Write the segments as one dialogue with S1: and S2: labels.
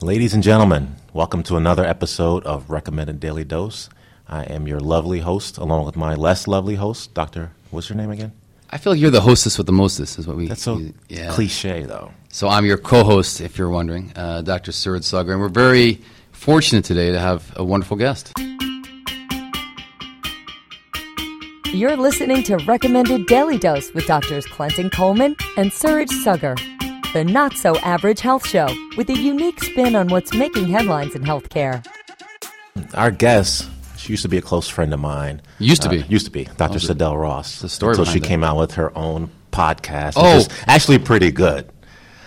S1: Ladies and gentlemen, welcome to another episode of Recommended Daily Dose. I am your lovely host, along with my less lovely host, Dr. What's your name again?
S2: I feel like you're the hostess with the mostest, is what we.
S1: That's so
S2: yeah.
S1: cliche, though.
S2: So I'm your co-host, if you're wondering, uh, Dr. Surid Sagar, and we're very fortunate today to have a wonderful guest.
S3: You're listening to Recommended Daily Dose with Doctors Clinton Coleman and Suraj Sugar, the not so average health show with a unique spin on what's making headlines in healthcare.
S1: Our guest, she used to be a close friend of mine. Uh,
S2: Used to be.
S1: Used to be, Dr. Sadell Ross.
S2: the story
S1: Until she
S2: behind it.
S1: came out with her own podcast.
S2: Oh.
S1: Which is actually pretty good.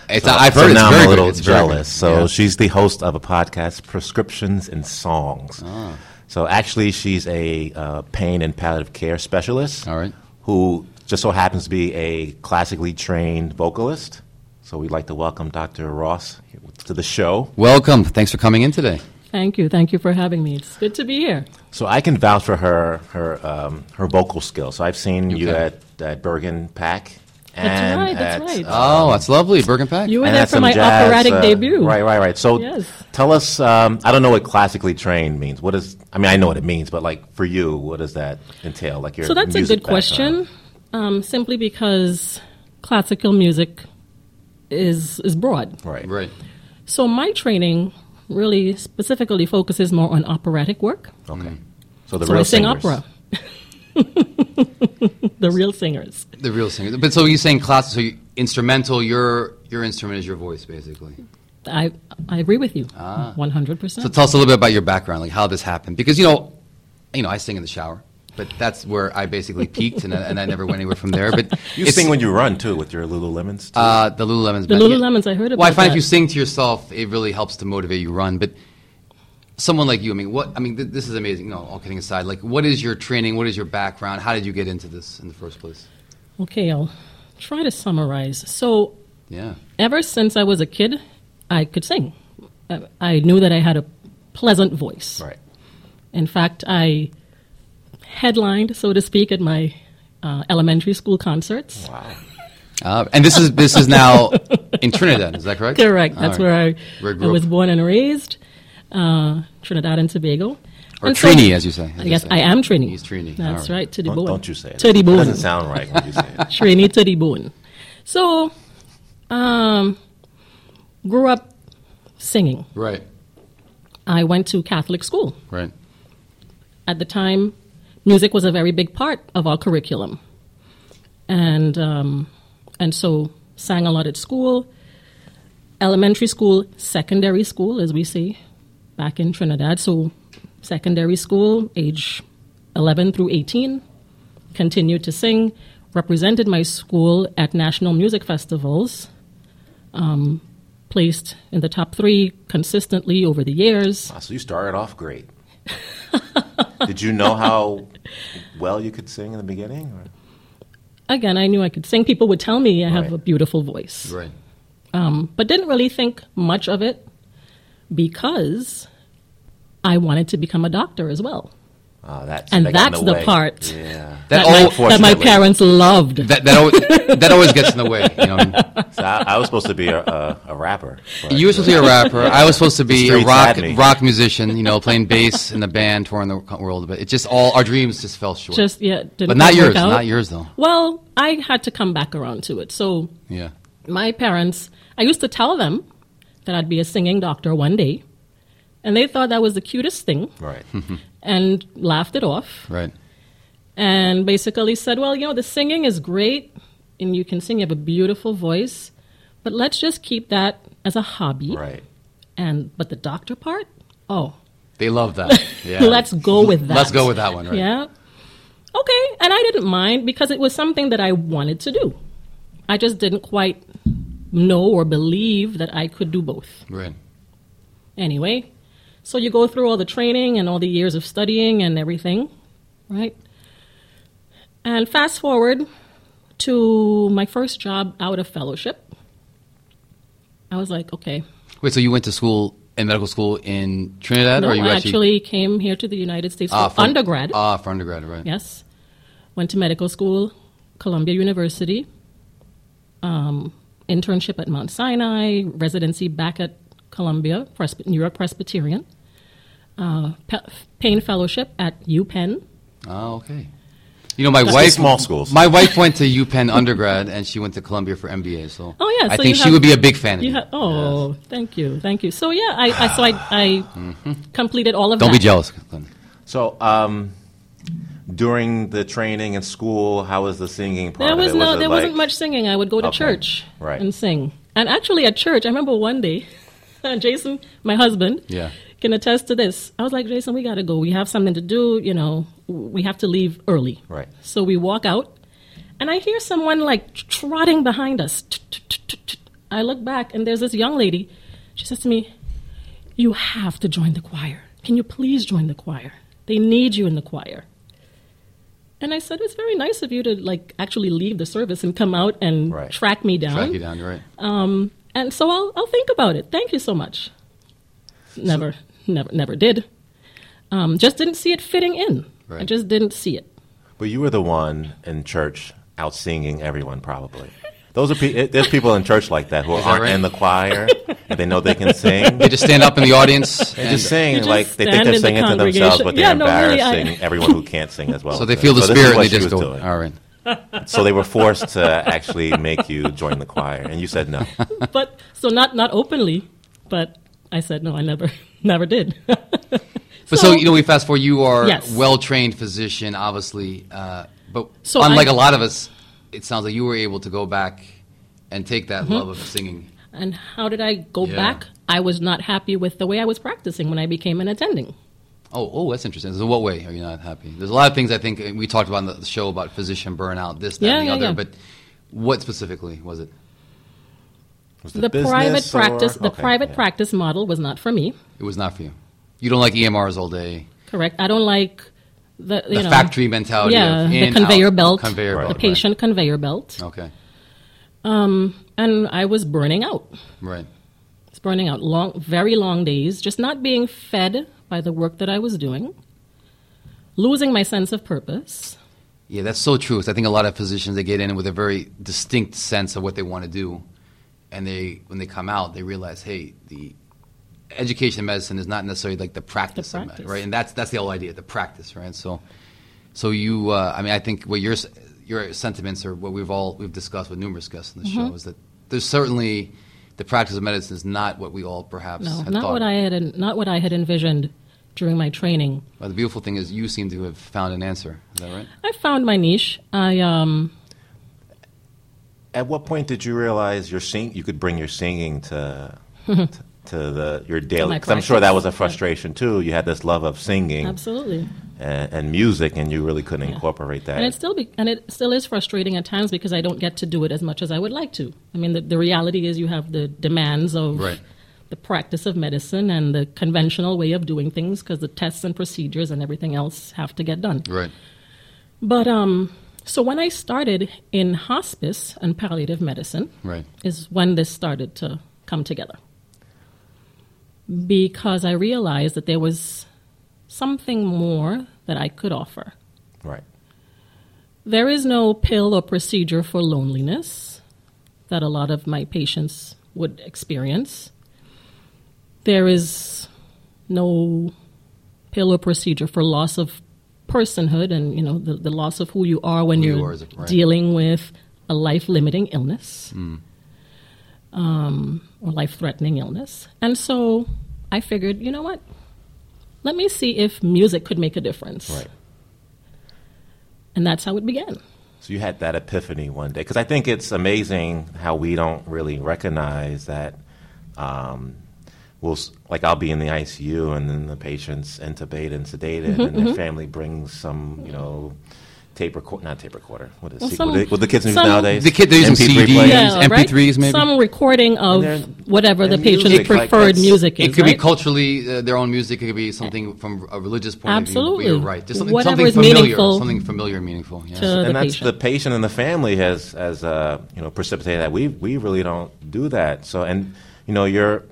S2: It's, I've heard
S1: so
S2: it's
S1: now
S2: very
S1: I'm a
S2: good.
S1: little
S2: It's very good.
S1: jealous. So
S2: Yeah.
S1: she's the host of a podcast, Prescriptions and Songs.
S2: Ah.
S1: So actually, she's a uh, pain and palliative care specialist.
S2: All right.
S1: Who just so happens to be a classically trained vocalist. So we'd like to welcome Dr. Ross to the show.
S2: welcome. Thanks for coming in today.
S4: Thank you. Thank you for having me. It's good to be here.
S1: So I can vouch for her her um, her vocal skills. So I've seen you
S2: Okay.
S1: at, at Bergen Pack.
S4: That's
S1: And
S4: right, that's
S1: at,
S4: right.
S1: uh,
S2: Oh, that's lovely, Bergen Pack.
S4: You were
S1: and
S4: there
S1: that's
S4: for
S1: some
S4: my
S1: jazz,
S4: operatic
S1: uh,
S4: debut.
S1: Right, right, right. So
S4: Yes.
S1: tell us, um, I don't know what classically trained means. What is, I mean, I know what it means, but like for you, what does that entail? Like your
S4: So that's a
S1: music
S4: good question, um, simply because classical music is is broad.
S1: background. Right.
S2: Right.
S4: So my training really specifically focuses more on operatic work.
S1: Okay. So the
S4: so
S1: real
S4: I sing
S1: singers.
S4: opera. the real singers.
S2: The real singer. But so you're saying classical, so you, instrumental, your, your instrument is your voice, basically.
S4: I I agree with you.
S1: Ah.
S4: One hundred
S2: So
S4: percent.
S2: tell us a little bit about your background, like how this happened, because you know, you know, I sing in the shower, but that's where I basically peaked, and I, and I never went anywhere from there. But
S1: You sing when you run too with your Lululemons. Too.
S2: uh, the Lululemon's
S4: The
S2: back-
S4: Lululemons, I heard
S2: Well, I
S4: about
S2: find if
S4: that.
S2: you sing to yourself, it really helps to motivate you run. But someone like you, I mean, what? I mean, th- this is amazing. No, all kidding aside, like, what is your training? What is your background? How did you get into this in the first place?
S4: Okay, I'll try to summarize. So
S2: Yeah,
S4: ever since I was a kid, I could sing. I, I knew that I had a pleasant voice.
S1: right.
S4: In fact, I headlined, so to speak, at my uh, elementary school concerts.
S1: Wow.
S2: uh, and this is this is now in Trinidad. Is that correct?
S4: Correct.
S2: All
S4: That's
S2: right. Where you
S4: where I, I
S2: grew
S4: was
S2: up.
S4: born and raised, uh, Trinidad and Tobago.
S2: Or
S4: And
S2: Trini, as you say. as
S4: I
S2: you
S4: guess
S2: say.
S4: I am Trini.
S2: He's Trini.
S4: That's
S2: All
S4: right. To the
S1: Don't,
S4: bone.
S1: don't you say it.
S4: To the
S1: It
S4: bone.
S1: doesn't sound right when you say it.
S4: Trini to the bone. So, um, grew up singing.
S2: Right.
S4: I went to Catholic school.
S2: Right.
S4: at the time, music was a very big part of our curriculum, and um, and so sang a lot at school, elementary school, secondary school, as we say, back in Trinidad. So, secondary school, age eleven through eighteen, continued to sing, represented my school at national music festivals. Um, placed in the top three consistently over the years.
S1: Wow, so you started off great. Did you know how well you could sing in the beginning? Or?
S4: again, I knew I could sing. People would tell me I have
S1: Right.
S4: a beautiful voice,
S2: Right.
S4: um, but didn't really think much of it because I wanted to become a doctor as well.
S1: Ah, that's,
S4: And
S1: that got in
S4: that's
S1: the,
S4: the
S1: way.
S4: part.
S1: Yeah.
S2: That, al-
S4: my- that my
S1: Unfortunately.
S4: parents loved.
S2: that, that, always, that always gets in the way. You, know? what I mean?
S1: So I, I was supposed to be a, a, a rapper. but-
S2: you were supposed to be a rapper. I was supposed to be
S1: The
S2: a
S1: streets
S2: rock
S1: had me.
S2: rock musician. You know, playing bass in the band, touring the world. But it just all our dreams just fell short.
S4: Just yeah, didn't
S2: but not
S4: quite
S2: yours.
S4: work out.
S2: Not yours though.
S4: Well, I had to come back around to it. So
S2: Yeah.
S4: my parents, I used to tell them that I'd be a singing doctor one day, and they thought that was the cutest thing
S1: Right.
S4: and laughed it off.
S2: Right.
S4: and basically said, Well, you know, the singing is great and you can sing, you have a beautiful voice, but let's just keep that as a hobby.
S1: Right.
S4: And but the doctor part, oh,
S2: They love that. Yeah.
S4: let's go with that.
S2: Let's go with that one. Right.
S4: Yeah. Okay. And I didn't mind because it was something that I wanted to do. I just didn't quite know or believe that I could do both.
S2: Right.
S4: Anyway, so you go through all the training and all the years of studying and everything, right? And fast forward to my first job out of fellowship. I was like, okay.
S2: Wait. So you went to school in medical school in Trinidad, or
S4: No,
S2: you
S4: I
S2: actually,
S4: actually came here to the United States
S2: Ah,
S4: for
S2: for-
S4: undergrad.
S2: Ah, for undergrad, right?
S4: yes. Went to medical school, Columbia University, um, internship at Mount Sinai, residency back at Columbia, Pres- New York Presbyterian, uh, Pe- Payne Fellowship at UPenn.
S2: Oh, okay. You know, my
S1: Just the
S2: wife.
S1: small schools.
S2: My wife went to UPenn undergrad, and she went to Columbia for MBA. So.
S4: Oh yeah,
S2: I
S4: so
S2: think
S4: you
S2: she
S4: have-
S2: would be a big fan of
S4: you.
S2: you.
S4: ha- oh, thank you, thank you. So yeah, I, I so I, I completed all of
S2: Mm-hmm. Don't
S4: that.
S2: be jealous, Glenn.
S1: So, um, during the training and school, how was the singing part?
S4: There
S1: of
S4: was
S1: it?
S4: no,
S1: it
S4: there
S1: like-
S4: wasn't much singing. I would go to
S1: Okay.
S4: church
S1: Right.
S4: and sing. And actually, at church, I remember one day, Jason, my husband,
S2: Yeah.
S4: can attest to this. I was like, Jason, we gotta go. We have something to do. You know, w- we have to leave early.
S1: Right.
S4: So we walk out, and I hear someone like trotting behind us. I look back, and there's this young lady. She says to me, "You have to join the choir. Can you please join the choir? They need you in the choir." And I said, "It's very nice of you to like actually leave the service and come out and
S1: Right.
S4: track me down."
S2: Track you down, you're right.
S4: And so I'll, I'll think about it. Thank you so much. Never, never, never did. Um, just didn't see it fitting in. I
S2: Right.
S4: just didn't see it.
S1: But you were the one in church out singing everyone, probably. Those are pe- there's people in church like that who
S2: that
S1: aren't
S2: right?
S1: in the choir. and they know they can sing.
S2: They just stand up in the audience.
S1: They
S2: and-
S1: just sing
S4: You just
S1: like they think
S4: stand
S1: they're
S4: in the
S1: singing to themselves,
S4: congregation.
S1: but they're
S4: Yeah, no, really, I-
S1: embarrassing everyone who can't sing as well.
S2: So they
S1: as
S2: feel the
S1: them. So this is
S2: spirit and
S1: what
S2: they
S1: she
S2: just
S1: was
S2: go,
S1: doing.
S2: all right.
S1: So they were forced to actually make you join the choir, and you said no.
S4: But so not not openly, but I said no. I never never did.
S2: But so, you know, we fast forward. You are
S4: Yes.
S2: a well-trained physician, obviously. Uh, but
S4: So
S2: unlike
S4: I-
S2: a lot of us, it sounds like you were able to go back and take that
S4: Mm-hmm.
S2: love of singing.
S4: And how did I go
S2: Yeah.
S4: back? I was not happy with the way I was practicing when I became an attending.
S2: Oh, oh, that's interesting. So, what way are you not happy? There's a lot of things I think uh, we talked about in the show about physician burnout, this, that,
S4: Yeah,
S2: and the
S4: yeah,
S2: other.
S4: yeah.
S2: But what specifically was it?
S1: Was
S4: The
S1: it business
S4: private
S1: or-
S4: practice, the
S1: okay,
S4: private
S1: yeah.
S4: practice model was not for me.
S2: It was not for you. You don't like EMRs all day.
S4: Correct. I don't like the you
S2: The
S4: know,
S2: factory mentality.
S4: Yeah,
S2: of
S4: the
S2: in,
S4: conveyor
S2: out,
S4: belt,
S2: Conveyor
S1: Right.
S2: belt.
S4: the patient conveyor belt,
S2: Right. Okay.
S4: and I was burning out.
S2: Right.
S4: It's burning out long, very long days, just not being fed by the work that I was doing, losing my sense of purpose.
S2: Yeah, that's so true. 'Cause I think a lot of physicians they get in with a very distinct sense of what they want to do, and they when they come out they realize, hey, the education in medicine is not necessarily like the practice,
S4: The
S2: of
S4: practice.
S2: med, right? And that's that's the whole idea, the practice, right? So, so you, uh, I mean, I think what your s- your sentiments are what we've all we've discussed with numerous guests on the
S4: Mm-hmm.
S2: show is that there's certainly the practice of medicine is not what we all perhaps
S4: No,
S2: had
S4: not
S2: thought.
S4: what I had, not what I had envisioned during my training.
S2: Well, the beautiful thing is you seem to have found an answer. Is that right?
S4: I found my niche. I um,
S1: At what point did you realize your sing- you could bring your singing to to, to the your daily?
S4: my
S1: Because I'm sure that was a
S4: practice.
S1: frustration too. You had this love of
S2: Mm.
S1: singing
S4: absolutely,
S1: and, and music, and you really couldn't incorporate that.
S4: and it still be, and it still is frustrating at times because I don't get to do it as much as I would like to. I mean, the, the reality is you have the demands of
S2: Right.
S4: the practice of medicine and the conventional way of doing things because the tests and procedures and everything else have to get done.
S2: Right.
S4: But um, so when I started in hospice and palliative medicine,
S2: Right.
S4: is when this started to come together. Because I realized that there was something more that I could offer.
S1: right.
S4: There is no pill or procedure for loneliness that a lot of my patients would experience. There is no pill or procedure for loss of personhood and you know the, the loss of who you are when
S2: Who you
S4: you're
S2: are as a- right. Hmm.
S4: dealing with a life limiting illness um, or life threatening illness. And so I figured, you know what? Let me see if music could make a difference.
S1: Right.
S4: And that's how it began.
S1: So you had that epiphany one day because I think it's amazing how we don't really recognize that. Um, we'll s- like I'll be in the ICU and then the patient's intubated and
S4: Mm-hmm,
S1: sedated, and their family brings some you know tape recorder, not tape recorder. What is
S4: Well,
S1: well,
S4: some-
S1: what the kids use
S4: some-
S1: nowadays?
S2: The kid, they're using
S1: MP3
S2: CDs.
S1: player.
S2: Yeah. MP3s maybe?
S4: Some recording of
S1: And then-
S4: whatever the
S1: and music,
S4: patient's
S1: like
S4: preferred
S1: that's-
S4: music is.
S2: It could
S4: right?
S2: be culturally uh, their own music. It could be something from a religious point of view.
S4: Absolutely.
S2: but You're right. Just something,
S4: Whatever
S2: something
S4: is
S2: familiar,
S4: meaningful
S2: something familiar, and meaningful. Yes.
S4: to-
S1: and
S4: the
S1: that's
S4: patient.
S1: the patient and the family has as uh, you know precipitated that we we really don't do that so and you know you're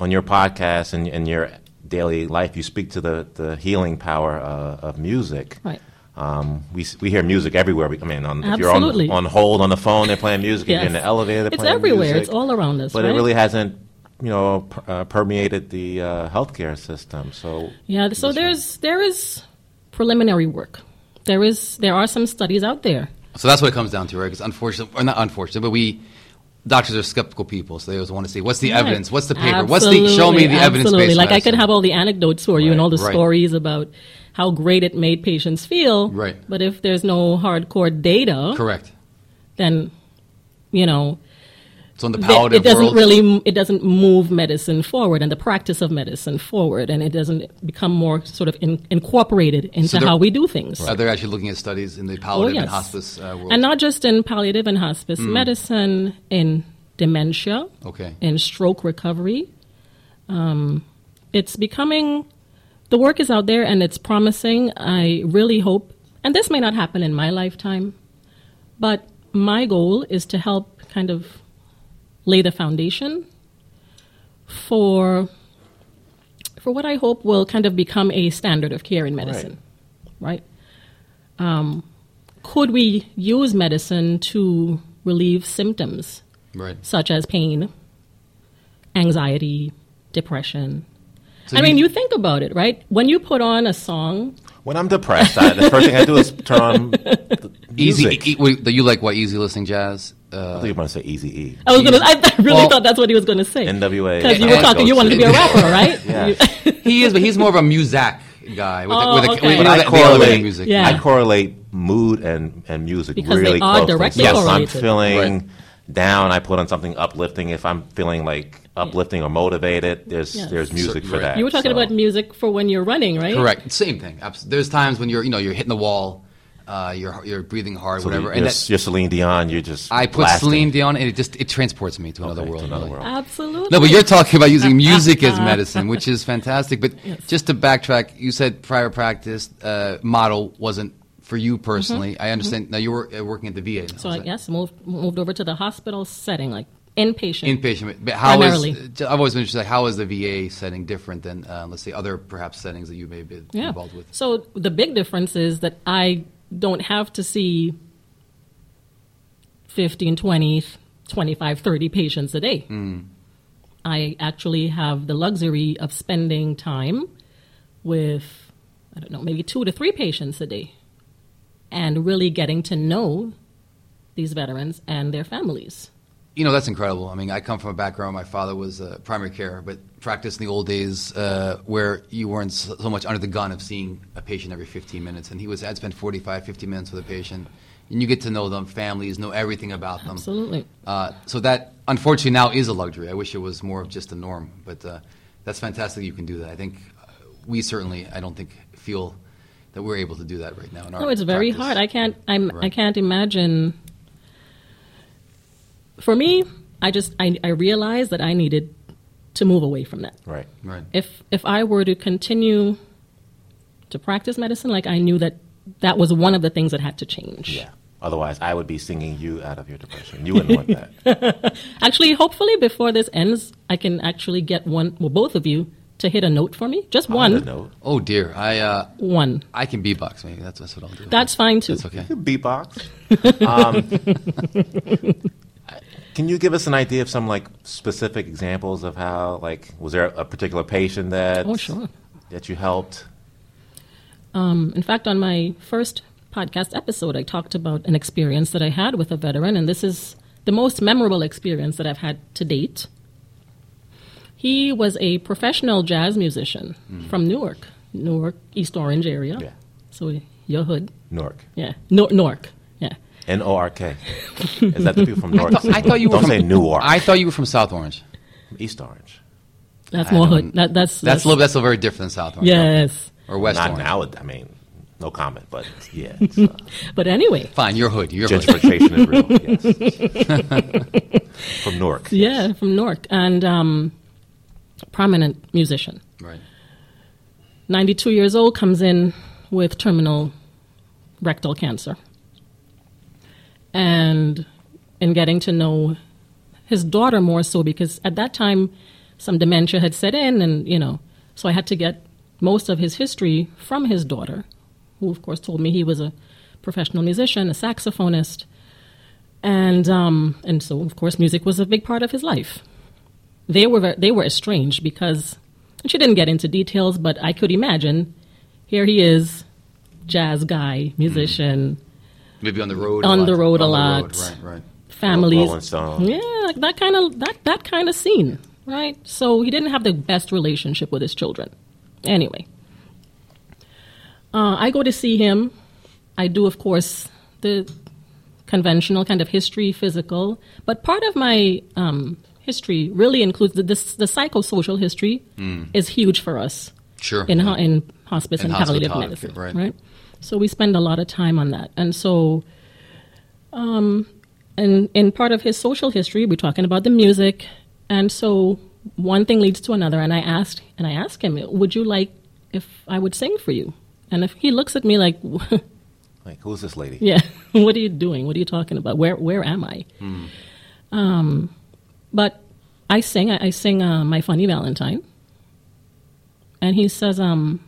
S1: on your podcast and, and your daily life you speak to the, the healing power uh, of music
S4: Right.
S1: um, we, s- we hear music everywhere we, I mean on, if
S4: Absolutely.
S1: you're on, on hold on the phone they're playing music if
S4: Yes.
S1: you're in the elevator they're
S4: It's
S1: playing
S4: everywhere.
S1: music.
S4: It's all around us,
S1: but it
S4: right?
S1: really hasn't you know, per- uh, permeated the uh, healthcare system. So
S4: Yeah, so there's there is preliminary work. There is there are some studies out there.
S2: So that's what it comes down to, right? Because unfortunately, or not unfortunate, but we doctors are skeptical people, so they always want to see what's the evidence, what's the paper, what's the show me the evidence.
S4: Absolutely. Like I could have all the anecdotes for you and all the
S2: Right, right.
S4: stories about how great it made patients feel.
S2: Right.
S4: But if there's no hardcore data,
S2: correct.
S4: then you know
S2: It's on the
S4: th-
S2: palliative
S4: it doesn't
S2: world.
S4: really it doesn't move medicine forward and the practice of medicine forward, and it doesn't become more sort of in, incorporated into
S2: So there-
S4: how we do things.
S2: Are they Uh, actually looking at studies in the palliative and hospice uh, world?
S4: Oh,
S2: Hmm.
S4: And not just in palliative and hospice medicine, in dementia,
S2: okay.
S4: in stroke recovery. Um, it's becoming, the work is out there and it's promising. I really hope, and this may not happen in my lifetime, but my goal is to help kind of lay the foundation for for what I hope will kind of become a standard of care in medicine, right? Um, could we use medicine to relieve symptoms
S2: Right.
S4: such as pain, anxiety, depression?
S2: So
S4: I mean, you think about it, right? When you put on a song,
S1: when I'm depressed, I, the first thing I do is turn on the
S2: easy.
S1: music.
S2: E- wait, you like what easy listening jazz?
S1: I
S2: Uh,
S1: think you want to say Easy E.
S4: I was gonna, I really
S2: Well-
S4: thought that's what he was gonna say.
S1: NWA.
S4: Because you
S1: I
S4: were
S1: go
S4: talking, you wanted to be a rapper, right?
S1: Yeah.
S4: You-
S2: he is, but he's more of a muzak guy. With
S4: Oh,
S2: the, with the,
S4: okay.
S2: you
S1: But
S2: know,
S1: I
S2: that- the elevator
S1: correlate
S2: music.
S4: Yeah.
S1: I correlate mood and, and music
S4: Because they
S1: really
S4: are
S1: closely.
S4: directly
S1: So if I'm
S4: correlated.
S1: feeling
S2: Right.
S1: down, I put on something uplifting. If I'm feeling like uplifting or motivated, there's
S4: Yes.
S1: there's music for
S2: Right.
S1: that.
S4: you were talking
S1: So-
S4: about music for when you're running, right?
S2: Correct. Same thing. Abs- There's times when you're, you know, you're hitting the wall, uh, you're you're breathing hard,
S1: so
S2: whatever.
S1: You're,
S2: And that,
S1: you're Celine Dion. You're just
S2: I put
S1: blasting
S2: Celine Dion, and it just it transports me to another
S1: to
S2: world.
S1: another
S2: really.
S1: world.
S4: Uh, Absolutely.
S2: No, but you're talking about using music as medicine, which is fantastic. But just to backtrack, you said prior practice uh, model wasn't for you personally. I understand. Now you were uh, working at the VA. now,
S4: Mm-hmm. So
S2: is
S4: I
S2: that-
S4: yes, moved moved over to the hospital setting, like inpatient.
S2: Inpatient, but how is-
S4: Primarily.
S2: j- I've always been interested. Like, how is the VA setting different than, uh, let's say, other perhaps settings that you may be
S4: yeah.
S2: involved with?
S4: So the big difference is that I don't have to see 15, 20, 25, 30 patients a day.
S2: Hmm.
S4: I actually have the luxury of spending time with, I don't know, maybe two to three patients a day and really getting to know these veterans and their families.
S2: You know, that's incredible. I mean, I come from a background. My father was uh, primary care, but practiced in the old days uh, where you weren't so so much under the gun of seeing a patient every 15 minutes. And he was, I'd spend 45, 50 minutes with a patient. And you get to know them, families, know everything about them.
S4: Absolutely.
S2: Uh, so that, unfortunately, now is a luxury. I wish it was more of just a norm, but uh, that's fantastic you can do that. I think uh, we certainly, I don't think, feel that we're able to do that right now. In our
S4: No, Oh, it's very
S2: practice.
S4: hard. I can't. I'm. I
S2: Right.
S4: can't imagine. For me, I just I, I realized that I needed to move away from that.
S1: Right.
S2: Right.
S4: If if I were to continue to practice medicine, like I knew that that was one of the things that had to change.
S1: Yeah. Otherwise, I would be singing you out of your depression. You wouldn't want that.
S4: Actually, hopefully, before this ends, I can actually get one, well, both of you, to hit a note for me. Just
S1: On that
S4: one.
S1: note,
S2: Oh dear, I uh,
S4: One.
S2: I can beatbox. Maybe that's, that's what I'll do.
S4: That's fine too.
S2: That's okay.
S1: beatbox. Um, can you give us an idea of some like specific examples of how like was there a particular patient that
S4: Oh, sure.
S1: that you helped?
S4: In fact, on my first podcast episode, I talked about an experience that I had with a veteran, and this is the most memorable experience that I've had to date. He was a professional jazz musician
S2: Hmm.
S4: from Newark, Newark, East Orange area.
S1: Yeah.
S4: So your hood,
S1: Nork.
S4: yeah, Nor- Newark, yeah.
S1: N O R K. Is that the people from North?
S2: I thought you were
S1: Don't
S2: from
S1: say Newark.
S2: I thought you were from South Orange.
S1: East Orange.
S4: That's
S2: I
S4: more
S2: don't-
S4: hood. That, that's
S2: That's a little. That's a very different than South Orange.
S4: yes.
S2: Or West
S1: Not
S2: Orange.
S1: now. I mean, no comment. But yeah, it's, uh,
S4: But anyway,
S2: Fine, your hood. Your hood.
S1: gentrification is real. Yes. from Nork.
S4: yeah, from Newark, and um, prominent musician.
S2: Right.
S4: 92 years old, comes in with terminal rectal cancer. And in getting to know his daughter more so, because at that time some dementia had set in, and you know, so I had to get most of his history from his daughter, who of course told me he was a professional musician, a saxophonist. And, um, and so, of course, music was a big part of his life. They were ver- they were estranged because and she didn't get into details, but I could imagine. Here he is, jazz guy, musician,
S2: Maybe on the road.
S4: On
S2: a lot.
S4: the road a
S2: on
S4: lot.
S2: The road, right, right.
S4: families,
S1: Rolling Stone.
S4: yeah, like that kind of that that kind of scene, right? So he didn't have the best relationship with his children. Anyway, uh, I go to see him. I do, of course, the conventional kind of history, physical, but part of my um, history really includes the, the, the psychosocial history is huge for us
S2: Sure.
S4: in, ho- in hospice
S2: In
S4: and palliative
S2: hospitality,
S4: medicine,
S2: right.
S4: right. So we spend a lot of time on that, and so, um, and in part of his social history, we're talking about the music, and so one thing leads to another, and I asked, and I asked him, would you like if I would sing for you? And if he looks at me like,
S1: Like, who's this lady?
S4: yeah, what are you doing? What are you talking about? Where where am I? Um, but I sing. I, I sing uh, my funny Valentine, and he says, um,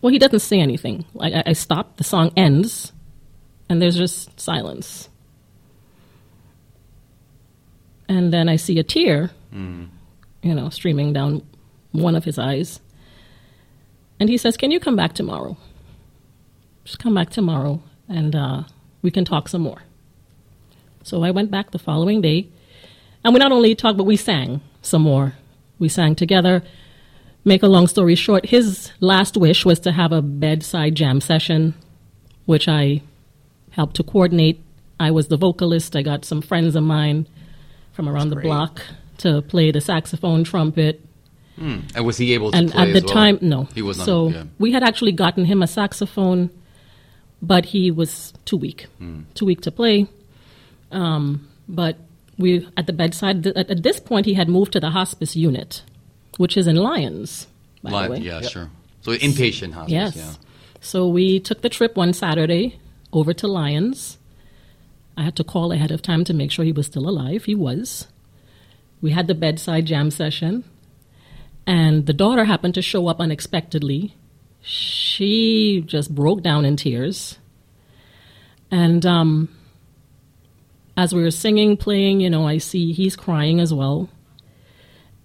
S4: well, he doesn't say anything. Like I, I stop. The song ends, and there's just silence. And then I see a tear, you know, streaming down one of his eyes. And he says, "Can you come back tomorrow?" just come back tomorrow and uh, we can talk some more. So I went back the following day, and we not only talked, but we sang some more. We sang together. Make a long story short, his last wish was to have a bedside jam session, which I helped to coordinate. I was the vocalist. I got some friends of mine from around the block to play the saxophone, trumpet,
S2: And was he able to
S4: and
S2: play
S4: at the
S2: as well?
S4: time no
S2: He was not.
S4: so
S2: yeah.
S4: we had actually gotten him a saxophone but he was too weak
S2: Hmm.
S4: too weak to play um, but we at the bedside th- at, at this point he had moved to the hospice unit which is in lyons by
S2: Live,
S4: the way
S2: yeah, sure. So inpatient hospice.
S4: yes
S2: Yeah.
S4: so we took the trip one saturday over to lyons i had to call ahead of time to make sure he was still alive he was we had the bedside jam session and the daughter happened to show up unexpectedly. She just broke down in tears. And um, as we were singing, playing, you know, I see he's crying as well.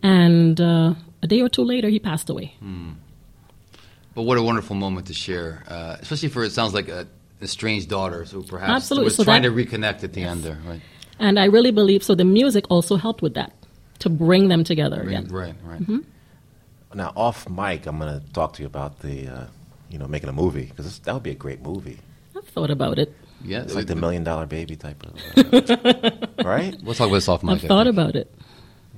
S4: And uh, a day or two later, he passed away.
S2: But what a wonderful moment to share, uh, especially for it sounds like a estranged daughter who perhaps
S4: Absolutely.
S2: was
S4: So
S2: trying
S4: that-
S2: to reconnect at the end there, right?
S4: And I really believe so. The music also helped with that to bring them together again.
S2: Right, right.
S4: Mm-hmm.
S1: Now, off mic, I'm going to talk to you about the, uh, you know, making a movie because that would be a great movie.
S4: I've thought about it.
S2: Yeah,
S1: It's
S2: so
S1: like
S2: we-
S1: the million dollar baby type of, uh, right?
S2: We'll talk about this off mic.
S4: I've
S2: I
S4: thought
S2: think.
S4: about it.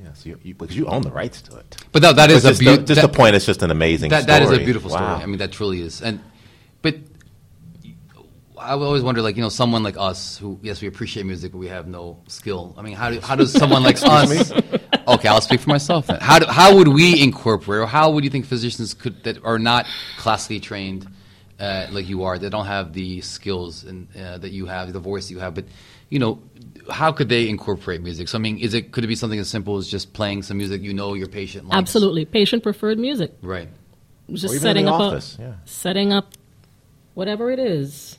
S1: Yeah, so you, you, because you own the rights to it.
S2: But no, that
S1: But
S2: is a
S1: just, the,
S2: beautiful.
S1: just the point. It's just an amazing.
S2: That,
S1: story.
S2: that is a beautiful story.
S1: Wow.
S2: I mean, that truly is. And but I always wonder, like you know, someone like us who yes, we appreciate music, but we have no skill. I mean, how do, how does someone like us? Okay, I'll speak for myself then. How do, how would we incorporate, or how would you think physicians could that are not classically trained? Uh, like you are, that don't have the skills and uh, that you have, the voice you have. But you know, how could they incorporate music? So I mean, is it could it be something as simple as just playing some music you know your patient likes?
S4: Absolutely. Patient preferred music.
S2: right.
S4: just
S1: Or even in
S4: setting
S1: the
S4: up
S1: office,
S4: a,
S1: yeah.
S4: setting up whatever it is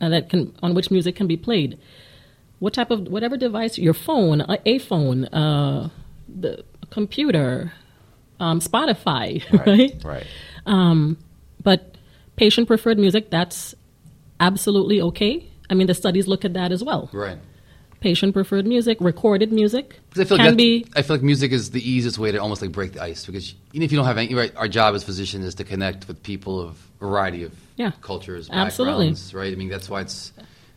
S4: uh, that can on which music can be played. What type of whatever device your phone, a, a phone, uh, the computer, um, Spotify, right?
S1: Right.
S4: But patient preferred music, that's absolutely okay. I mean, the studies look at that as well.
S2: Right.
S4: Patient preferred music, recorded music
S2: 'Cause I feel
S4: can
S2: like that's-
S4: be
S2: I feel like music is the easiest way to almost like break the ice because even if you don't have any right, our job as physician is to connect with people of a variety of
S4: Yeah.
S2: cultures,
S4: Absolutely.
S2: backgrounds, right? I mean that's why it's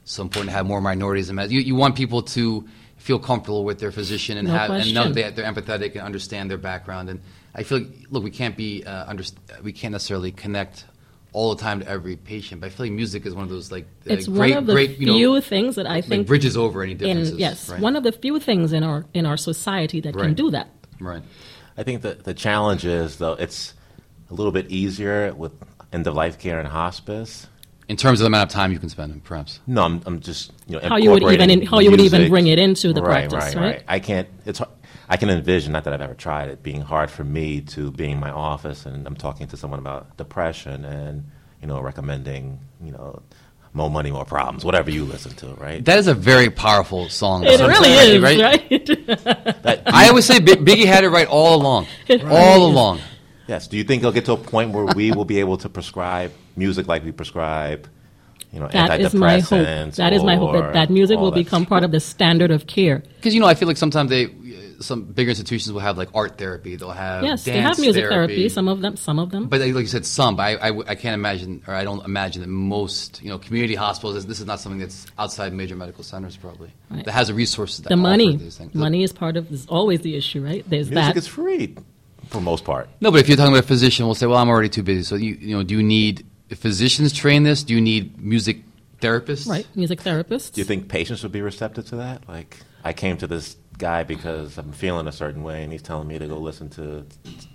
S2: so important to have more minorities. in med- You, you want people to feel comfortable with their physician and
S4: No
S2: have and know
S4: question.
S2: that they're empathetic and understand their background. And I feel like look, we can't be uh, underst- we can't necessarily connect all the time to every patient, but I feel like music is one of those like uh,
S4: it's
S2: great
S4: one of the
S2: great you
S4: few
S2: know
S4: things that I
S2: like
S4: think
S2: bridges over any
S4: in
S2: differences.
S4: yes,
S2: right?
S4: one of the few things in our in our society that can
S2: Right.
S4: do that.
S2: right.
S1: I think the the challenge is though it's a little bit easier with end of life care and hospice.
S2: In terms of the amount of time you can spend, perhaps.
S1: No, I'm, I'm just you know
S4: How you would even
S1: incorporating
S4: in- how you would even
S1: music.
S4: bring it into the
S1: right,
S4: practice,
S1: right,
S4: right?
S1: I can't. It's har- I can envision not that I've ever tried it being hard for me to be in my office and I'm talking to someone about depression and you know recommending you know more money, more problems, whatever you listen to, right?
S2: That is a very powerful song.
S4: It
S2: Sometimes,
S4: really is,
S2: right?
S4: right?
S2: I always say Bi- Biggie had it right all along, all along.
S1: Yes. Do you think it'll get to a point where we will be able to prescribe music like we prescribe, you know,
S4: That
S1: antidepressants?
S4: is my hope. That is my hope
S1: or
S4: that, that music
S1: all
S4: will
S1: that
S4: become part of the standard of care.
S2: Because you know, I feel like sometimes they, some bigger institutions will have like art therapy. They'll have
S4: Yes, they
S2: Uh, dance
S4: have music therapy. Some of them, some of them.
S2: But like like you said, some. But I, I w- I can't imagine, or I don't imagine that most, you know, community hospitals. This, this is not something that's outside major medical centers, probably.
S4: Right.
S2: That has the resources. That
S4: the
S2: offer
S4: money,
S2: These things.
S4: money is part of is always the issue, right? There's
S1: Music
S4: that.
S1: is free for most part.
S2: No, but if you're talking about a physician, we'll say, well, I'm already too busy. So you, you know, do you need if physicians train this? Do you need music therapists?
S4: Right, music therapists.
S1: Do you think patients would be receptive to that? Like, I came to this guy because I'm feeling a certain way, and he's telling me to go listen to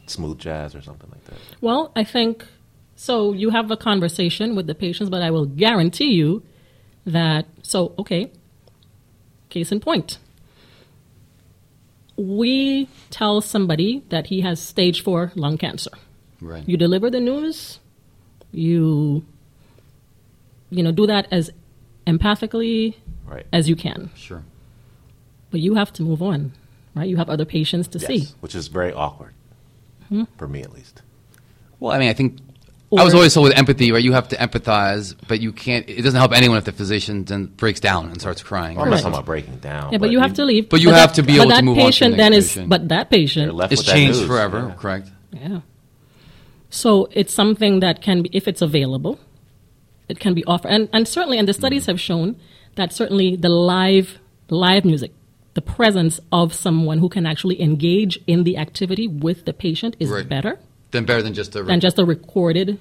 S1: smooth jazz or something like that.
S4: Well, I think so. You have a conversation with the patients, but I will guarantee you that. So, okay, case in point. We tell somebody that he has stage four lung cancer.
S2: Right.
S4: You deliver the news, you, you know, do that as empathically
S1: Right.
S4: as you can.
S2: sure.
S4: But you have to move on, right? You have other patients to see. Hmm?
S1: Which is very awkward, for me at least.
S2: Well, I mean, I think
S4: Or-
S2: I was always told with empathy, right? You have to empathize, but you can't. It doesn't help anyone if the physician then breaks down and starts crying.
S1: Or I'm not
S4: Right.
S1: talking about breaking down.
S4: Yeah, but you have to leave.
S2: but you have to be
S4: but
S2: able to
S4: that
S2: move on to the
S4: patient
S2: next
S4: then is,
S2: patient.
S4: but that
S1: You're
S4: patient
S1: left
S2: It's
S1: with that
S2: changed
S1: news,
S2: forever,
S1: yeah.
S2: correct?
S4: Yeah. So it's something that can be, if it's available, it can be offered. And, and certainly, and the studies have shown that certainly the live, live music, the presence of someone who can actually engage in the activity with the patient is
S2: Right.
S4: better
S2: Then better than just a.
S4: than just a recorded.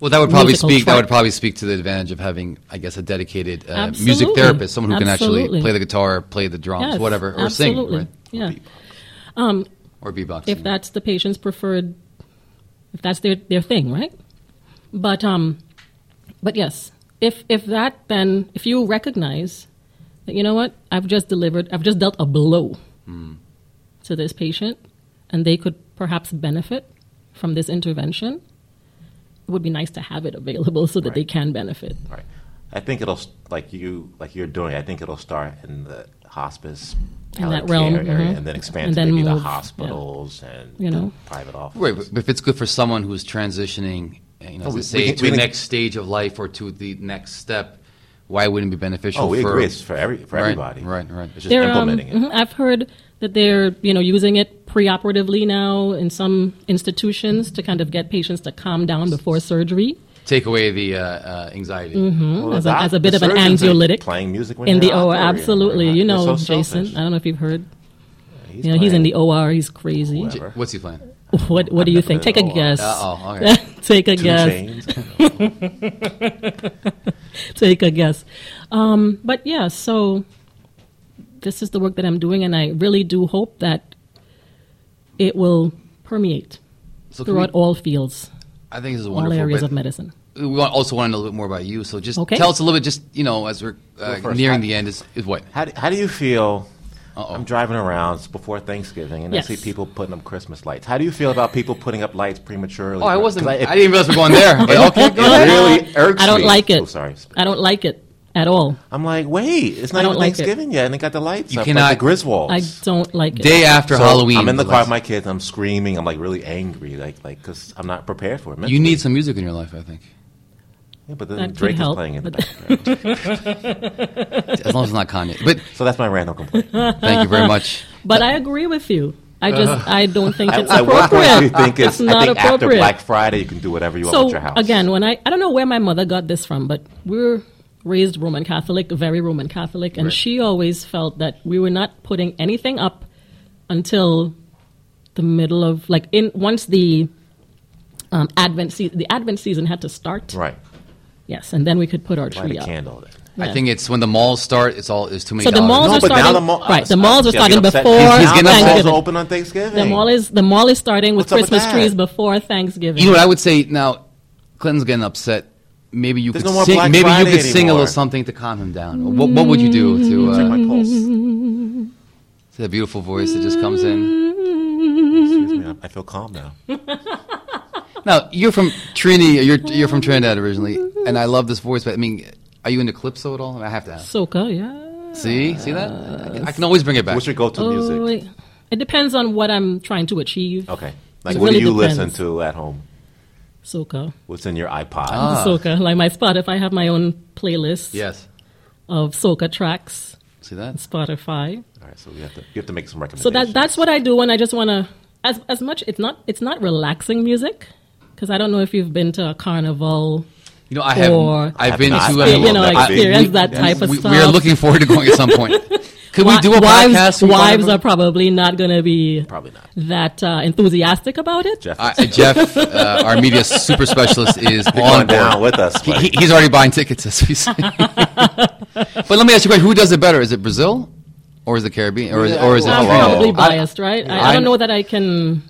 S2: well, that would probably
S4: musical
S2: speak. That would
S4: track.
S2: probably speak to the advantage of having, I guess, a dedicated uh, music
S4: Absolutely.
S2: therapist, someone who can actually
S4: Absolutely.
S2: play the guitar, play the drums,
S4: Yes,
S2: whatever, or
S4: absolutely.
S2: sing,
S4: Yeah. Um,
S2: right? Or beatbox.
S4: if that's the patient's preferred if that's their, their thing right but um but yes if if that then if you recognize that you know what i've just delivered i've just dealt a blow to this patient and they could perhaps benefit from this intervention it would be nice to have it available so that they can benefit
S1: Right. I think it'll s- like you like you're doing. I think it'll start in the hospice
S4: In that
S1: palliative
S4: realm,
S1: care area,
S4: mhm.
S1: and then expand
S4: And
S1: to
S4: then
S1: maybe
S4: move,
S1: the
S4: yeah.
S1: hospitals and
S4: You
S1: the
S4: know.
S1: private offices.
S2: Right, but but if it's good for someone who's transitioning, uh, you know,
S1: Oh, we-
S2: as I
S1: we
S2: say,
S1: can-
S2: to
S1: we
S2: the
S1: can-
S2: next stage of life or to the next step, why wouldn't it be beneficial?
S1: Oh, we
S2: for,
S1: agree. It's for every for
S2: Right,
S1: everybody.
S2: right, right.
S1: It's just
S4: They're, um,
S1: implementing it.
S4: mhm, I've heard that they're you know using it preoperatively now in some institutions to kind of get patients to calm down before surgery
S2: Take away the uh, uh, anxiety.
S1: Well,
S4: as
S1: the
S4: a-
S1: doc-
S4: as a bit
S1: the
S4: of an
S1: surgeons are
S4: anxiolytic
S1: playing music when
S4: in the
S1: they're
S4: OR.
S1: operating.
S4: Absolutely, you
S1: uh, They're
S4: know,
S1: so
S4: Jason.
S1: selfish.
S4: I don't know if you've heard.
S1: He's
S4: You know, he's in
S1: playing
S4: the OR. He's crazy.
S1: Whoever.
S2: What's he playing?
S4: What What do you
S1: oh, never
S4: think?
S1: been
S4: Take
S1: in
S4: a
S1: OR.
S4: guess.
S2: Uh-oh, oh, okay.
S4: Take a
S1: Two
S4: guess.
S1: chains.
S4: Take a guess. Um, but yeah, so this is the work that I'm doing, and I really do hope that it will permeate
S2: So can we-
S4: throughout all fields,
S2: I think this is
S4: all
S2: wonderful.
S4: areas
S2: but
S4: of medicine.
S2: We want, also want to know a little bit more about you. So just
S4: Okay.
S2: tell us a little bit, just, you know, as we're uh,
S1: Go first.
S2: nearing
S1: I-
S2: the end, is, is what?
S1: How do, how do you feel?
S2: Uh-oh.
S1: I'm driving around it's before Thanksgiving, and
S4: Yes.
S1: I see people putting up Christmas lights. How do you feel about people putting up lights prematurely?
S2: Oh, I wasn't.
S1: 'Cause
S2: I didn't realize we're going there. But okay,
S1: it
S2: go ahead.
S1: really irks
S4: I don't
S1: me.
S4: like it.
S1: Oh, sorry.
S4: I don't like it at all.
S1: I'm like, wait, it's not
S4: I don't
S1: even
S4: like it.
S1: Thanksgiving yet, and they got the lights.
S2: You
S1: up,
S2: cannot-
S1: like the Griswolds.
S4: I don't like it.
S2: Day after
S1: So
S2: Halloween.
S1: I'm in the car
S2: Alexa.
S1: with my kids. I'm screaming. I'm like really angry, like like because I'm not prepared for it.
S2: You
S1: mentally.
S2: need some music in your life, I think.
S1: yeah, but
S4: That
S1: then
S4: could
S1: Drake is
S4: help,
S1: playing in the
S4: but-
S1: background.
S2: As long as it's not Kanye. But
S1: so that's my random complaint.
S2: thank you very much.
S4: But I agree with you. I
S2: Uh-huh.
S4: just I don't think it's
S1: I, I want
S4: appropriate.
S1: what you think is.
S4: it's not
S1: I think after
S4: appropriate.
S1: Black Friday, you can do whatever you want
S4: so
S1: with your house.
S4: again, when I I don't know where my mother got this from, but we were raised Roman Catholic, very Roman Catholic, and
S2: Right.
S4: she always felt that we were not putting anything up until the middle of like in once the um, Advent season the Advent season had to start.
S1: right?
S4: Yes, and then we could put our
S1: Light
S4: tree
S1: a
S4: up.
S1: candle. Then.
S2: I
S4: Yeah.
S2: think it's when the malls start. It's all. There's too many.
S4: So the
S2: dollars.
S4: malls
S1: No,
S4: are
S1: but now
S4: starting-
S1: the mall,
S4: right, the malls are
S1: Yeah,
S4: starting
S1: I'm upset.
S4: before
S2: He's getting upset.
S1: Now the malls
S4: Thanksgiving.
S1: are open on Thanksgiving.
S4: The mall is the mall is starting with
S1: What's up with
S4: Christmas
S1: that?
S4: trees before Thanksgiving.
S2: You know what I would say now? Clinton's getting upset. Maybe you
S1: There's
S2: could
S1: no more
S2: sing.
S1: Black
S2: maybe
S1: Friday
S2: you could sing a little
S1: anymore.
S2: something to calm him down. What, what would you do
S4: Mm-hmm.
S2: to
S1: Check my
S2: uh,
S1: pulse.
S2: to that beautiful voice that just comes in?
S1: Excuse me, I- I feel calm now.
S4: Mm-hmm.
S2: Now you're from Trini. You're you're from Trinidad originally, and I love this voice. But I mean, Are you into calypso at all? I, mean, I have to ask.
S4: Soca, yeah.
S2: See, see that? I can, I can always bring it back.
S1: What's your go-to
S4: Oh,
S1: music?
S4: it, it depends on what I'm trying to achieve.
S1: Okay. Like,
S4: It
S1: what
S4: really
S1: do you
S4: depends.
S1: listen to at home?
S4: Soca.
S1: What's in your iPod?
S2: Uh, Ah.
S4: Soca. Like my Spotify, I have my own playlist
S2: yes.
S4: of Soca tracks,
S2: See that?
S4: Spotify.
S1: All right, so we have to you have to make some
S4: So
S1: recommendations.
S4: that that's what I do when I just want to as as much it's not it's not relaxing music because I don't know if you've been to a carnival.
S2: You know, I have.
S4: Or-
S1: I
S2: I've been
S1: have
S2: to.
S1: not.
S2: a-
S1: You know,
S2: I- we-
S1: experience
S4: that type of
S2: we, We are
S4: stuff.
S2: looking forward to going at some point. Could we
S4: Wi-
S2: do a
S4: wives,
S2: podcast? from
S4: Wives
S2: Carnival?
S4: are probably not going to be
S1: probably not.
S4: that uh, enthusiastic about it.
S1: Jeff,
S2: I- Jeff, uh, our media super specialist, is on
S1: going
S2: board.
S1: down with us.
S2: He-
S1: buddy.
S2: he- he's already buying tickets as we speak. but let me ask you a question: Who does it better? Is it Brazil, or is it Caribbean, or is, or is it?
S4: I'm
S1: Hello.
S4: probably
S1: I-
S4: biased, right? I, I
S2: I'm-
S4: don't know that I can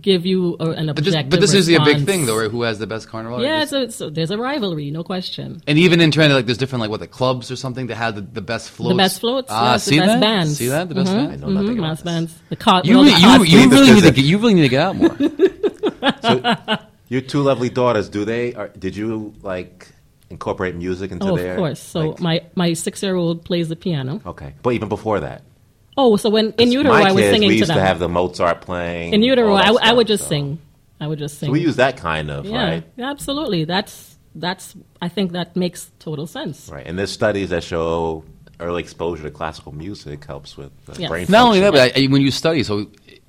S4: give you a, an
S2: But
S4: objective
S2: this, but this is a big
S4: response.
S2: thing, though. Right? Who has the best carnival?
S4: Yeah,
S2: Just-
S4: so, it's- so there's a rivalry, no question.
S2: and even in Trinidad, like there's different, like what the clubs or something that had the, the best floats.
S4: best floats,
S2: Ah,
S4: yes, the
S2: see
S4: best
S2: that?
S4: bands.
S2: See that? The best
S1: I
S2: bands. Mm-hmm.
S1: know nothing
S4: Mhm,
S1: about
S4: Mass
S1: this.
S4: bands, the co-
S2: You,
S4: well, the
S2: you, you
S4: cosplay.
S1: Please,
S2: really
S1: this
S2: need to
S1: is it.
S2: get you really need to get out more.
S1: Your two lovely daughters, do they are, did you like incorporate music into
S4: Oh,
S1: their
S4: of course. So
S1: like-
S4: my, my six year old plays the piano.
S1: Okay. But even before that.
S4: Oh, so when in utero
S1: my
S4: I was
S1: kids,
S4: singing
S1: we
S4: to
S1: used
S4: them.
S1: to have the Mozart playing.
S4: in utero,
S1: all
S4: I,
S1: that
S4: w- I
S1: stuff,
S4: would just
S1: so-
S4: sing. I would just sing.
S1: So we use that kind of,
S4: yeah,
S1: right?
S4: yeah, absolutely. That's that's. I think that makes total sense.
S1: Right. And there's studies that show early exposure to classical music helps with the
S4: Yes.
S1: brain
S2: Not only
S1: function.
S2: that, but I, I- when you study, so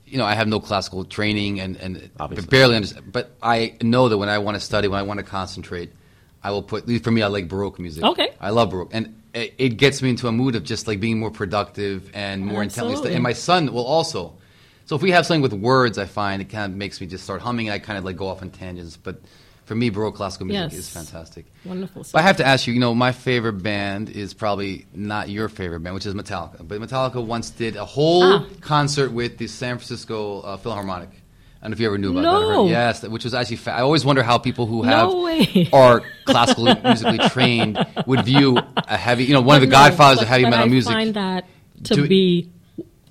S2: you know, I have no classical training and and
S1: Obviously.
S2: barely understand. But I know that when I want to study, when I want to concentrate, I will put. at least For me, I like Baroque music.
S4: Okay.
S2: I love Baroque, and it, it gets me into a mood of just like being more productive and more intelligent.
S4: Absolutely.
S2: And my son will also. So if we have something with words, I find it kind of makes me just start humming. and I kind of like go off on tangents, but. For me, Baroque classical music
S4: Yes.
S2: is fantastic.
S4: Wonderful.
S2: But I have to ask you, you know, my favorite band is probably not your favorite band, which is Metallica. But Metallica once did a whole
S4: Ah.
S2: concert with the San Francisco uh, Philharmonic. I don't know if you ever knew about that.
S4: No.
S2: or heard- Yes, that- which was actually. Fa- I always wonder how people who have
S4: No way.
S2: are classically musically trained would view a heavy. You know, one of the
S4: But no,
S2: Godfathers of
S4: but-
S2: heavy
S4: but
S2: metal
S4: I
S2: music.
S4: find that to
S2: Do-
S4: be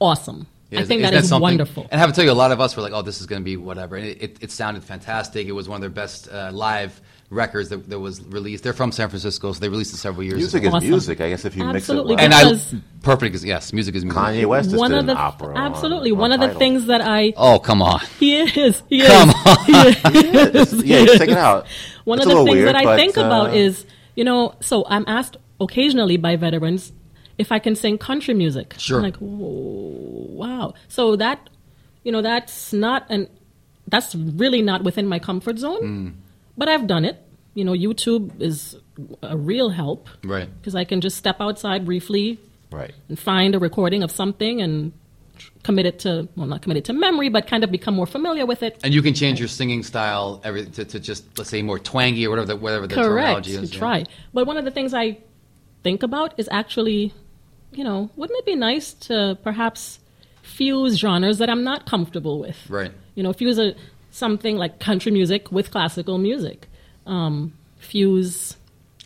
S4: awesome.
S2: Yeah,
S4: I think
S2: isn't
S4: that is
S2: something-
S4: wonderful.
S2: And I have to tell you, a lot of us were like, "Oh, this is going to be whatever." And it, it, it sounded fantastic. It was one of their best uh, live records that, that was released. They're from San Francisco, so they released it several years.
S1: music
S2: ago.
S1: is
S4: Awesome.
S1: music. I guess if you
S4: Absolutely.
S1: mix it
S2: and
S1: well.
S2: I
S4: Because-
S2: perfect. is- Yes, music is music.
S1: Kanye West just
S4: one
S1: did
S4: of the
S1: an opera. on-
S4: absolutely
S1: on
S4: one of the
S1: title.
S4: things that I
S2: Oh, come on.
S4: he is he
S2: Come
S4: is
S1: yeah, you check it out.
S4: one
S1: It's
S4: of
S1: a
S4: the
S1: little
S4: things
S1: weird,
S4: that I
S1: but,
S4: think
S1: uh,
S4: about is you know so I'm asked occasionally by veterans if I can sing country music.
S2: Sure.
S4: I'm like "Whoa, wow. So that you know that's not an that's really not within my comfort zone.
S1: Mm.
S4: But I've done it. You know, YouTube is a real help.
S2: Right.
S4: Because I can just step outside briefly
S1: right.
S4: and find a recording of something and tr- commit it to well not commit it to memory but kind of become more familiar with it
S2: And you can change your singing style every, to, to just let's say more twangy or whatever the, whatever the
S4: correct
S2: terminology
S4: you
S2: is. yeah.
S4: try but one of the things i think about is actually you know wouldn't it be nice to perhaps fuse genres that i'm not comfortable with
S2: Right.
S4: you know fuse a, something like country music with classical music um, fuse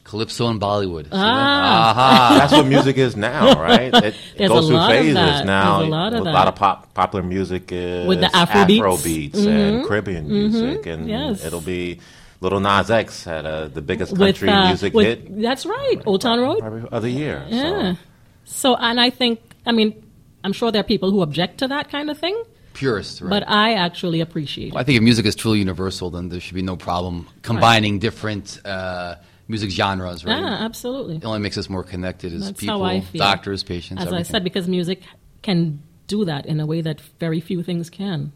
S2: Calypso and Bollywood. See that?
S4: Ah.
S2: Aha.
S1: That's what music is now, right? It, it
S4: There's
S1: goes
S4: a
S1: through
S4: lot of
S1: phases
S4: that.
S1: now.
S4: There's a lot of
S1: A lot of
S4: that.
S1: pop, popular music is
S4: With the Afro beats.
S1: Afro beats and Caribbean music, and
S4: Yes.
S1: it'll be Little Nas X had uh, the biggest
S4: with,
S1: country
S4: uh,
S1: music
S4: with-
S1: hit
S4: that's right old town road
S1: probably of the year. so.
S4: Yeah. So, and I think, I mean, I'm sure there are people who object to that kind of thing,
S2: Purist, right?
S4: but I actually appreciate
S2: Well, I
S4: it.
S2: think if music is truly universal, then there should be no problem combining different uh, music genres, right?
S4: Yeah, absolutely.
S2: It only makes us more connected as
S4: Ah. That's
S2: people,
S4: how I feel.
S2: doctors, patients.
S4: As I
S2: everything.
S4: said, because music can do that in a way that very few things can.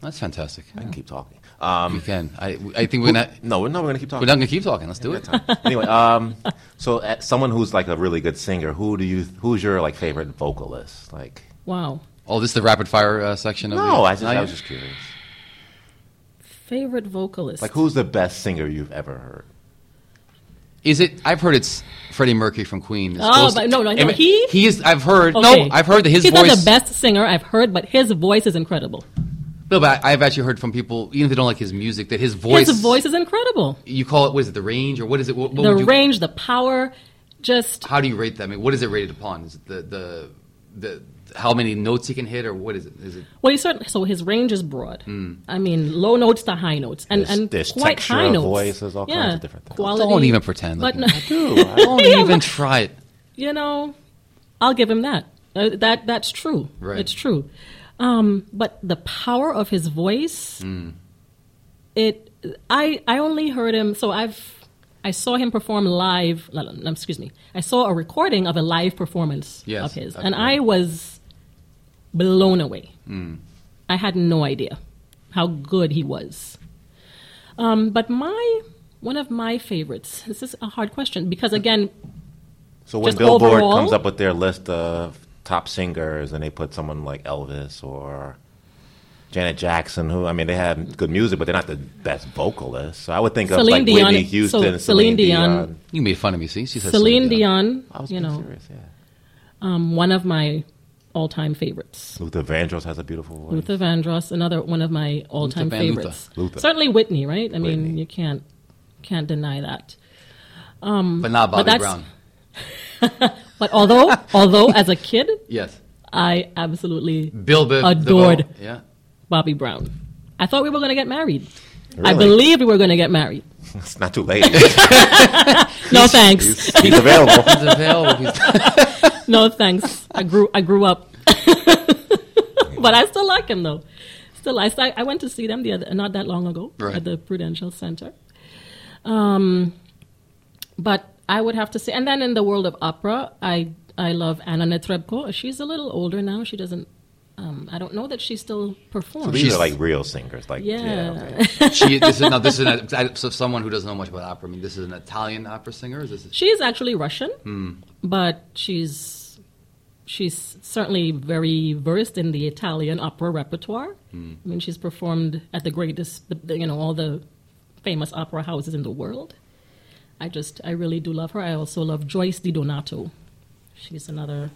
S2: that's fantastic.
S1: I can keep talking. Um,
S2: You can. I, I think we're not.
S1: no, we're, no, we're gonna keep talking.
S2: We're not gonna keep talking. Let's do it.
S1: anyway, um, so uh someone who's like a really good singer, who do you? Who's your like favorite vocalist? Like,
S4: Wow.
S2: Oh, this is the rapid fire uh, section. Of
S1: no,
S2: the,
S1: I, just,
S2: Not
S1: I
S2: yet?
S1: was just curious.
S4: Favorite vocalist?
S1: Like, who's the best singer you've ever heard?
S2: Is it? I've heard it's Freddie Mercury from Queen. It's
S4: Oh,
S2: close-
S4: but no, no, no,
S2: Am I-
S4: he-
S2: He is. I've heard. No,
S4: Okay.
S2: I've heard that his
S4: He's
S2: voice.
S4: not the best singer I've heard, but his voice is incredible.
S2: No, but I, I've actually heard from people, even if they don't like his music, that his voice.
S4: His voice is incredible.
S2: You call it? What is it? The range, or what is it? What, what
S4: the
S2: would you,
S4: range, the power, just
S2: How do you rate that? I mean, what is it rated upon? Is it the the the how many notes he can hit, or what is it? Is it
S4: Well, he certainly so his range is broad.
S2: Hmm.
S4: I mean, low notes to high notes, and
S1: There's-
S4: and
S1: there's
S4: quite
S1: texture
S4: high
S1: of
S4: notes.
S1: voice, there's all
S4: yeah,
S1: kinds of different things.
S4: Quality,
S2: Don't even pretend
S4: But
S2: like
S4: no-
S2: don't even try it?
S4: you know, I'll give him that. Uh, that that's true.
S2: Right.
S4: It's true. Um, but the power of his voice,
S2: Mm.
S4: it. I I only heard him. So I've I saw him perform live. no, no, no, Excuse me. I saw a recording of a live performance
S2: Yes,
S4: of his,
S2: okay.
S4: and I was blown away.
S2: Mm.
S4: I had no idea how good he was. Um, but my one of my favorites. This is a hard question because again,
S1: So when
S4: Just
S1: Billboard
S4: overall?
S1: comes up with their list of top singers and they put someone like Elvis or Janet Jackson, who I mean they have good music, but they're not the best vocalists. So I would think of
S4: Celine
S1: like
S4: Dion-
S1: Whitney Houston,
S4: so
S1: Celine,
S4: Celine Dion.
S1: Dion.
S2: You made fun of me. See, she said
S4: Celine Dion,
S1: I was
S4: you
S1: being
S4: know,
S1: serious. Yeah,
S4: um, one of my all-time favorites.
S1: Luther Vandross has a beautiful voice.
S4: Luther Vandross, another one of my all-time
S2: Luther Van Luther.
S4: favorites.
S1: Luther.
S4: Certainly Whitney, right? I mean,
S1: Whitney.
S4: you can't can't deny that.
S2: but not
S4: But
S2: Bobby
S4: that's-
S2: Brown.
S4: But although although as a kid,
S2: Yes,
S4: I absolutely
S2: Bill Biv-
S4: Adored.
S2: DeVoe. Yeah,
S4: Bobby Brown. I thought we were going to get married. I
S1: Really?
S4: believed we were going to get married.
S1: It's not too late.
S4: No thanks.
S1: He's available.
S2: he's available. He's-
S4: No thanks. I grew I grew up, but I still like him though. Still, I I I went to see them the other not that long ago
S2: Right.
S4: at the Prudential Center. Um, but I would have to say, and then in the world of opera, I I love Anna Netrebko. She's a little older now. She doesn't. Um, I don't know that she still performs.
S1: These
S2: She's-
S1: are like real singers. Like yeah,
S4: yeah,
S1: okay.
S2: she, this is now. This is an, I- so someone who doesn't know much about opera. I mean, this is an Italian opera singer. Is this?
S4: She is actually Russian, but she's she's certainly very versed in the Italian opera repertoire. I mean, she's performed at the greatest, the, the, you know, all the famous opera houses in the world. I just, I really do love her. I also love Joyce Di Donato. She's another.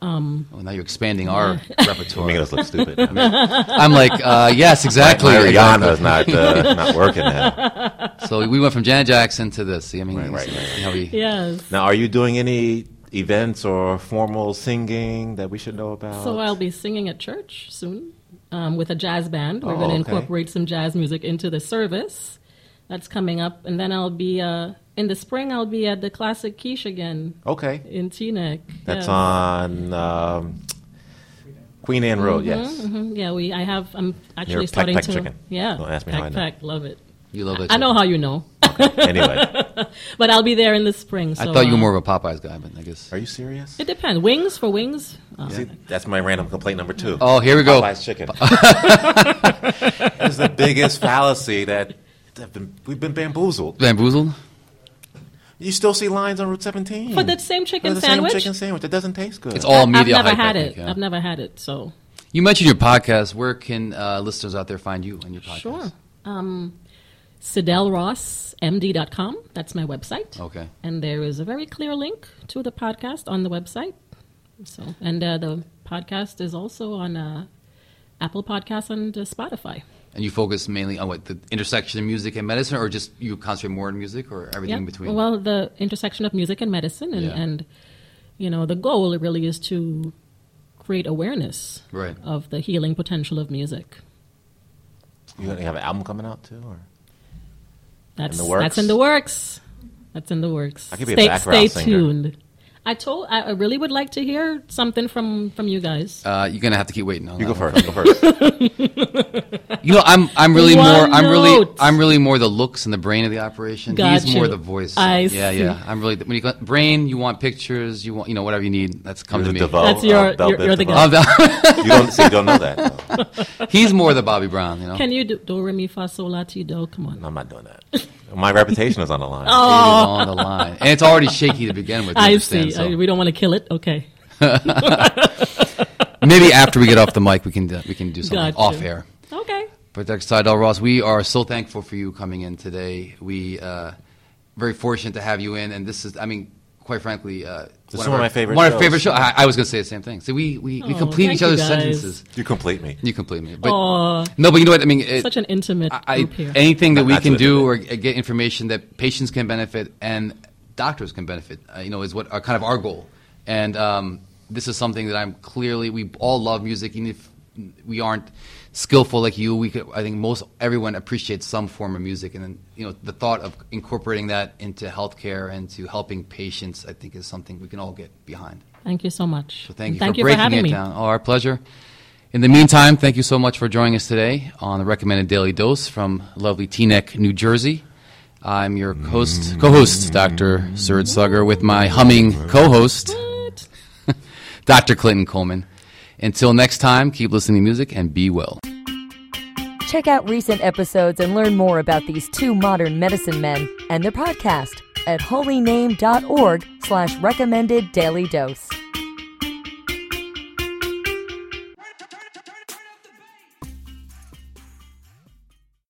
S2: Oh, now you're expanding our
S1: making
S2: repertoire.
S1: us look stupid. I mean,
S2: I'm like, uh, yes, exactly.
S1: Ariana's not uh, not working now.
S2: So we went from Janet Jackson to this. See, I mean,
S1: Right, right, right.
S2: see how we-
S4: Yes.
S1: Now, are you doing any events or formal singing that we should know about?
S4: So I'll be singing at church soon um, with a jazz band. We're
S1: Oh,
S4: going to
S1: okay.
S4: incorporate some jazz music into the service. That's coming up, and then I'll be uh, in the spring. I'll be at the Classic Quiche again
S1: okay,
S4: in Teaneck.
S1: that's
S4: Yes.
S1: on um, Queen Anne Road. Yes,
S4: Mhm. Yeah, we. I have. I'm actually
S1: peck,
S4: starting
S1: peck
S4: to.
S1: chicken.
S4: Yeah.
S1: Don't ask me
S4: peck,
S1: how I know.
S4: peck, love it.
S2: You love it.
S4: I know how you know,
S1: anyway,
S4: but I'll be there in the spring. So,
S2: I thought you
S4: uh,
S2: were more of a Popeyes guy, but I guess.
S1: are you serious?
S4: It depends. Wings for wings. Uh,
S1: See, that's my random complaint number two.
S2: Oh, here we go.
S1: Popeye's chicken. It's the biggest fallacy that. that been- We've been bamboozled.
S2: Bamboozled.
S1: You still see lines on Route 17
S4: for the same chicken
S1: For the
S4: sandwich.
S1: Same chicken sandwich. It doesn't taste good.
S2: It's all
S4: I've
S2: media.
S4: never
S2: hype, I
S4: had
S2: think,
S4: it.
S2: yeah.
S4: I've never had it. So
S2: You mentioned your podcast. Where can uh, listeners out there find you and your podcast?
S4: Sure. Um, SidelRossMD.com. That's my website.
S2: Okay.
S4: And there is a very clear link to the podcast on the website. So, and uh, the podcast is also on uh, Apple Podcasts and uh, Spotify.
S2: And you focus mainly on what the intersection of music and medicine, or just you concentrate more on music, or everything in
S4: Yeah.
S2: between?
S4: Well, the intersection of music and medicine, and,
S2: Yeah.
S4: and you know, the goal really is to create awareness
S2: Right.
S4: of the healing potential of music.
S1: you gonna have an album coming out too, or
S4: That's
S1: In the works?
S4: that's in the works. That's in the works.
S1: I could be a
S4: stay,
S1: background
S4: stay
S1: singer.
S4: tuned. I told. I I really would like to hear something from from you guys.
S2: uh, you're gonna have to keep waiting. On
S1: you
S2: that
S1: go
S2: one.
S1: first. Go first.
S2: You know, I'm I'm really
S4: One
S2: more I'm really
S4: note.
S2: I'm really more the looks and the brain of the operation.
S4: Got
S2: He's more
S4: you.
S2: the voice.
S4: I
S2: yeah,
S4: see.
S2: yeah. I'm really when you go, brain. You want pictures. You want you know whatever you need. That's come
S1: You're
S2: to
S1: the
S2: me.
S1: DeVoe
S4: That's your-
S1: of Bell
S4: you're-
S1: Biv
S4: you're the
S1: DeVoe.
S4: guy.
S2: Of the-
S1: You don't see, you don't know that. though.
S2: he's more the Bobby Brown. You know.
S4: Can you do do re mi fa sol la ti do? Come on.
S1: No, I'm not doing that. My reputation is on the line.
S4: Oh.
S2: It is on the line, and it's already shaky to begin with. you
S4: I
S2: understand,
S4: see.
S2: so.
S4: I- we don't want to kill it. Okay.
S2: Maybe after we get off the mic, we can uh, we can do something
S4: Gotcha.
S2: off air.
S4: Okay.
S2: But Dr. Seidel Ross, we are so thankful for you coming in today. We uh, very fortunate to have you in, and this is, I mean, quite frankly, uh,
S1: is one of
S2: our-
S1: my favorite
S2: One of our
S1: shows.
S2: favorite shows. I, I was going to say the same thing. So we we, we
S4: Oh,
S2: complete
S4: thank
S2: each
S4: you
S2: other's
S4: guys. Oh.
S2: sentences.
S1: You complete me.
S2: You complete me, but
S4: Aw.
S2: no, but you know what I mean. It,
S4: Such an intimate
S2: I, I-
S4: group here.
S2: anything that
S1: Not-
S2: we
S1: not
S2: can
S1: to
S2: do
S1: admit
S2: or g- get information that patients can benefit and doctors can benefit, uh, you know, is what are kind of our goal. And um, this is something that I'm clearly we all love music, even if we aren't skillful like you. We could, I think most everyone appreciates some form of music, and then you know the thought of incorporating that into healthcare and to helping patients, I think, is something we can all get behind.
S4: Thank you so much.
S2: So thank you
S4: thank
S2: for
S4: you
S2: breaking
S4: having
S2: it
S4: me.
S2: down. Oh, our pleasure. In the meantime, thank you so much for joining us today on the Recommended Daily Dose from lovely Teaneck, New Jersey. I'm your host, co-host, Dr. Surat Sugger, with my humming co-host,
S4: What?
S2: Dr. Clinton Coleman. Until next time, keep listening to music and be well.
S3: Check out recent episodes and learn more about these two modern medicine men and their podcast at holyname.org slash recommended daily dose.